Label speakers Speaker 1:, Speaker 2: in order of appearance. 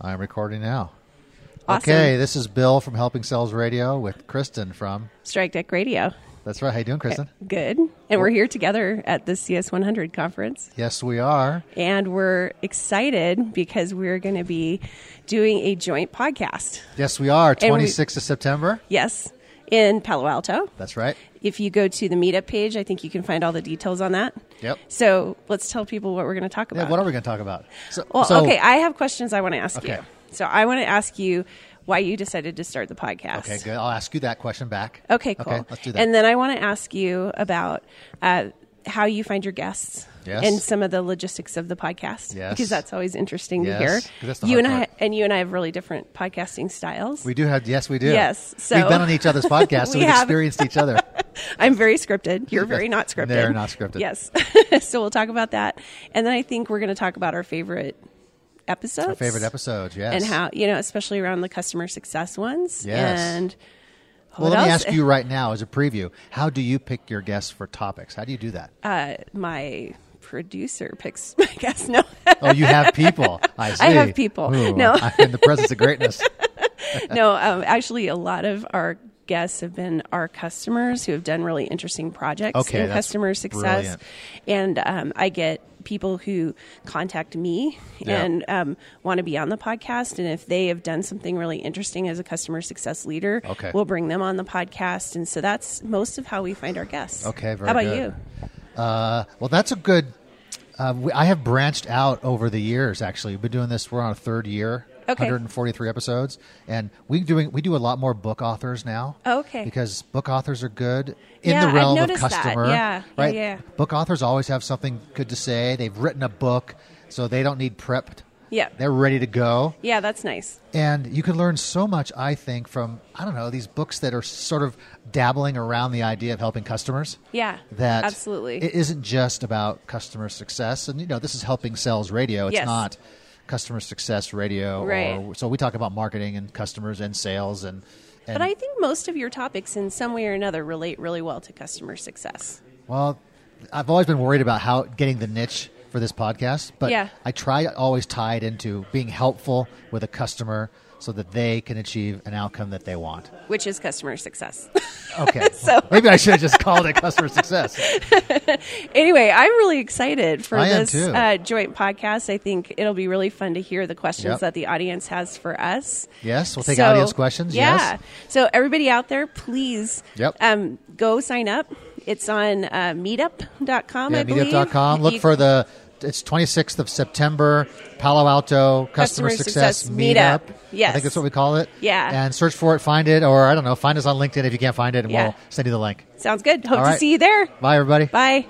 Speaker 1: I'm recording now.
Speaker 2: Awesome.
Speaker 1: Okay, this is Bill from Helping Cells Radio with Kristen from.
Speaker 2: Strike Deck Radio.
Speaker 1: That's right. How you doing, Kristen?
Speaker 2: Good. And we're here together at the CS100 conference.
Speaker 1: Yes, we are.
Speaker 2: And we're excited because we're going to be doing a joint podcast.
Speaker 1: Yes, we are.
Speaker 2: And we-
Speaker 1: 26th of September.
Speaker 2: Yes, in Palo Alto.
Speaker 1: That's right.
Speaker 2: If you go to the meetup page, I think you can find all the details on that.
Speaker 1: Yep.
Speaker 2: So let's tell people what we're going to talk about.
Speaker 1: Yeah, what are we going to talk about? So,
Speaker 2: well,
Speaker 1: so-
Speaker 2: okay, I have questions I want to ask
Speaker 1: Okay.
Speaker 2: you. So I want to ask you why you decided to start the podcast.
Speaker 1: okay, good. I'll ask you that question back.
Speaker 2: Okay, cool.
Speaker 1: Okay, let's do that.
Speaker 2: And then I want to ask you about uh, how you find your guests
Speaker 1: Yes.
Speaker 2: and some of the logistics of the podcast.
Speaker 1: Yes.
Speaker 2: Because that's always interesting
Speaker 1: Yes,
Speaker 2: to hear.
Speaker 1: 'cause that's the
Speaker 2: you
Speaker 1: hard
Speaker 2: and
Speaker 1: part.
Speaker 2: I and you and I have really different podcasting styles.
Speaker 1: we do have, yes, we do.
Speaker 2: Yes, so-
Speaker 1: We've been on each other's podcasts, so
Speaker 2: We
Speaker 1: we've
Speaker 2: have.
Speaker 1: experienced each other.
Speaker 2: I'm very scripted. You're very not scripted.
Speaker 1: They're not scripted.
Speaker 2: Yes. so we'll talk about that. And then I think we're going to talk about our favorite episodes.
Speaker 1: Our favorite episodes, yes.
Speaker 2: And how, you know, especially around the customer success ones.
Speaker 1: Yes.
Speaker 2: And
Speaker 1: Well,
Speaker 2: what
Speaker 1: let me
Speaker 2: else?
Speaker 1: ask you right now as a preview how do you pick your guests for topics? How do you do that?
Speaker 2: Uh, my producer picks my guests. No.
Speaker 1: Oh, you have people. I see.
Speaker 2: have people.
Speaker 1: Ooh,
Speaker 2: No.
Speaker 1: I'm in the presence of greatness.
Speaker 2: no, um, actually, a lot of our guests have been our customers who have done really interesting projects
Speaker 1: Okay,
Speaker 2: in
Speaker 1: that's
Speaker 2: customer success.
Speaker 1: brilliant.
Speaker 2: And um, I get people who contact me
Speaker 1: Yeah.
Speaker 2: and um, want to be on the podcast. And if they have done something really interesting as a customer success leader,
Speaker 1: Okay.
Speaker 2: we'll bring them on the podcast. And so that's most of how we find our guests.
Speaker 1: Okay, very
Speaker 2: How about
Speaker 1: good.
Speaker 2: you?
Speaker 1: Uh, well, that's a good. Uh, we, I have branched out over the years. Actually, we've been doing this. We're on our third year.
Speaker 2: Okay.
Speaker 1: 143 episodes, and we doing we do a lot more book authors now.
Speaker 2: Oh, Okay.
Speaker 1: Because book authors are good in
Speaker 2: Yeah,
Speaker 1: the
Speaker 2: I've
Speaker 1: realm of
Speaker 2: noticed that.
Speaker 1: customer.
Speaker 2: Yeah, yeah,
Speaker 1: Right.
Speaker 2: yeah.
Speaker 1: Book authors always have something good to say. They've written a book, so they don't need prepped.
Speaker 2: Yeah.
Speaker 1: They're ready to go.
Speaker 2: Yeah, that's nice.
Speaker 1: And you can learn so much, I think, from I don't know these books that are sort of dabbling around the idea of helping customers.
Speaker 2: Yeah,
Speaker 1: that
Speaker 2: absolutely.
Speaker 1: it isn't just about customer success, and you know this is helping sales radio. It's
Speaker 2: Yes.
Speaker 1: not customer success radio, or
Speaker 2: Right.
Speaker 1: so we talk about marketing and customers and sales and. and
Speaker 2: But I think most of your topics, in some way or another, relate really well to customer success.
Speaker 1: Well, I've always been worried about how getting the niche for this podcast, but
Speaker 2: Yeah.
Speaker 1: I try to always tie it into being helpful with a customer so that they can achieve an outcome that they want.
Speaker 2: which is customer success.
Speaker 1: Okay.
Speaker 2: So-
Speaker 1: maybe I should have just called it customer success.
Speaker 2: anyway, I'm really excited for
Speaker 1: I am
Speaker 2: this
Speaker 1: too.
Speaker 2: uh, joint podcast. I think it'll be really fun to hear the questions
Speaker 1: Yep.
Speaker 2: that the audience has for us.
Speaker 1: Yes, we'll take
Speaker 2: So-
Speaker 1: audience questions,
Speaker 2: Yeah.
Speaker 1: yes.
Speaker 2: So everybody out there, please
Speaker 1: Yep.
Speaker 2: um, go sign up. It's on uh, meetup.com, I
Speaker 1: Yeah,
Speaker 2: believe.
Speaker 1: meetup.com. Look
Speaker 2: You-
Speaker 1: for the it's 26th of September, Palo Alto Customer,
Speaker 2: Customer
Speaker 1: Success,
Speaker 2: Success
Speaker 1: Meetup.
Speaker 2: Meetup. Yes.
Speaker 1: I think that's what we call it.
Speaker 2: Yeah.
Speaker 1: And search for it, find it, or I don't know, find us on LinkedIn if you can't find it, and
Speaker 2: Yeah.
Speaker 1: we'll send you the link.
Speaker 2: Sounds good. Hope
Speaker 1: All
Speaker 2: to
Speaker 1: right.
Speaker 2: see you there.
Speaker 1: Bye, everybody.
Speaker 2: Bye.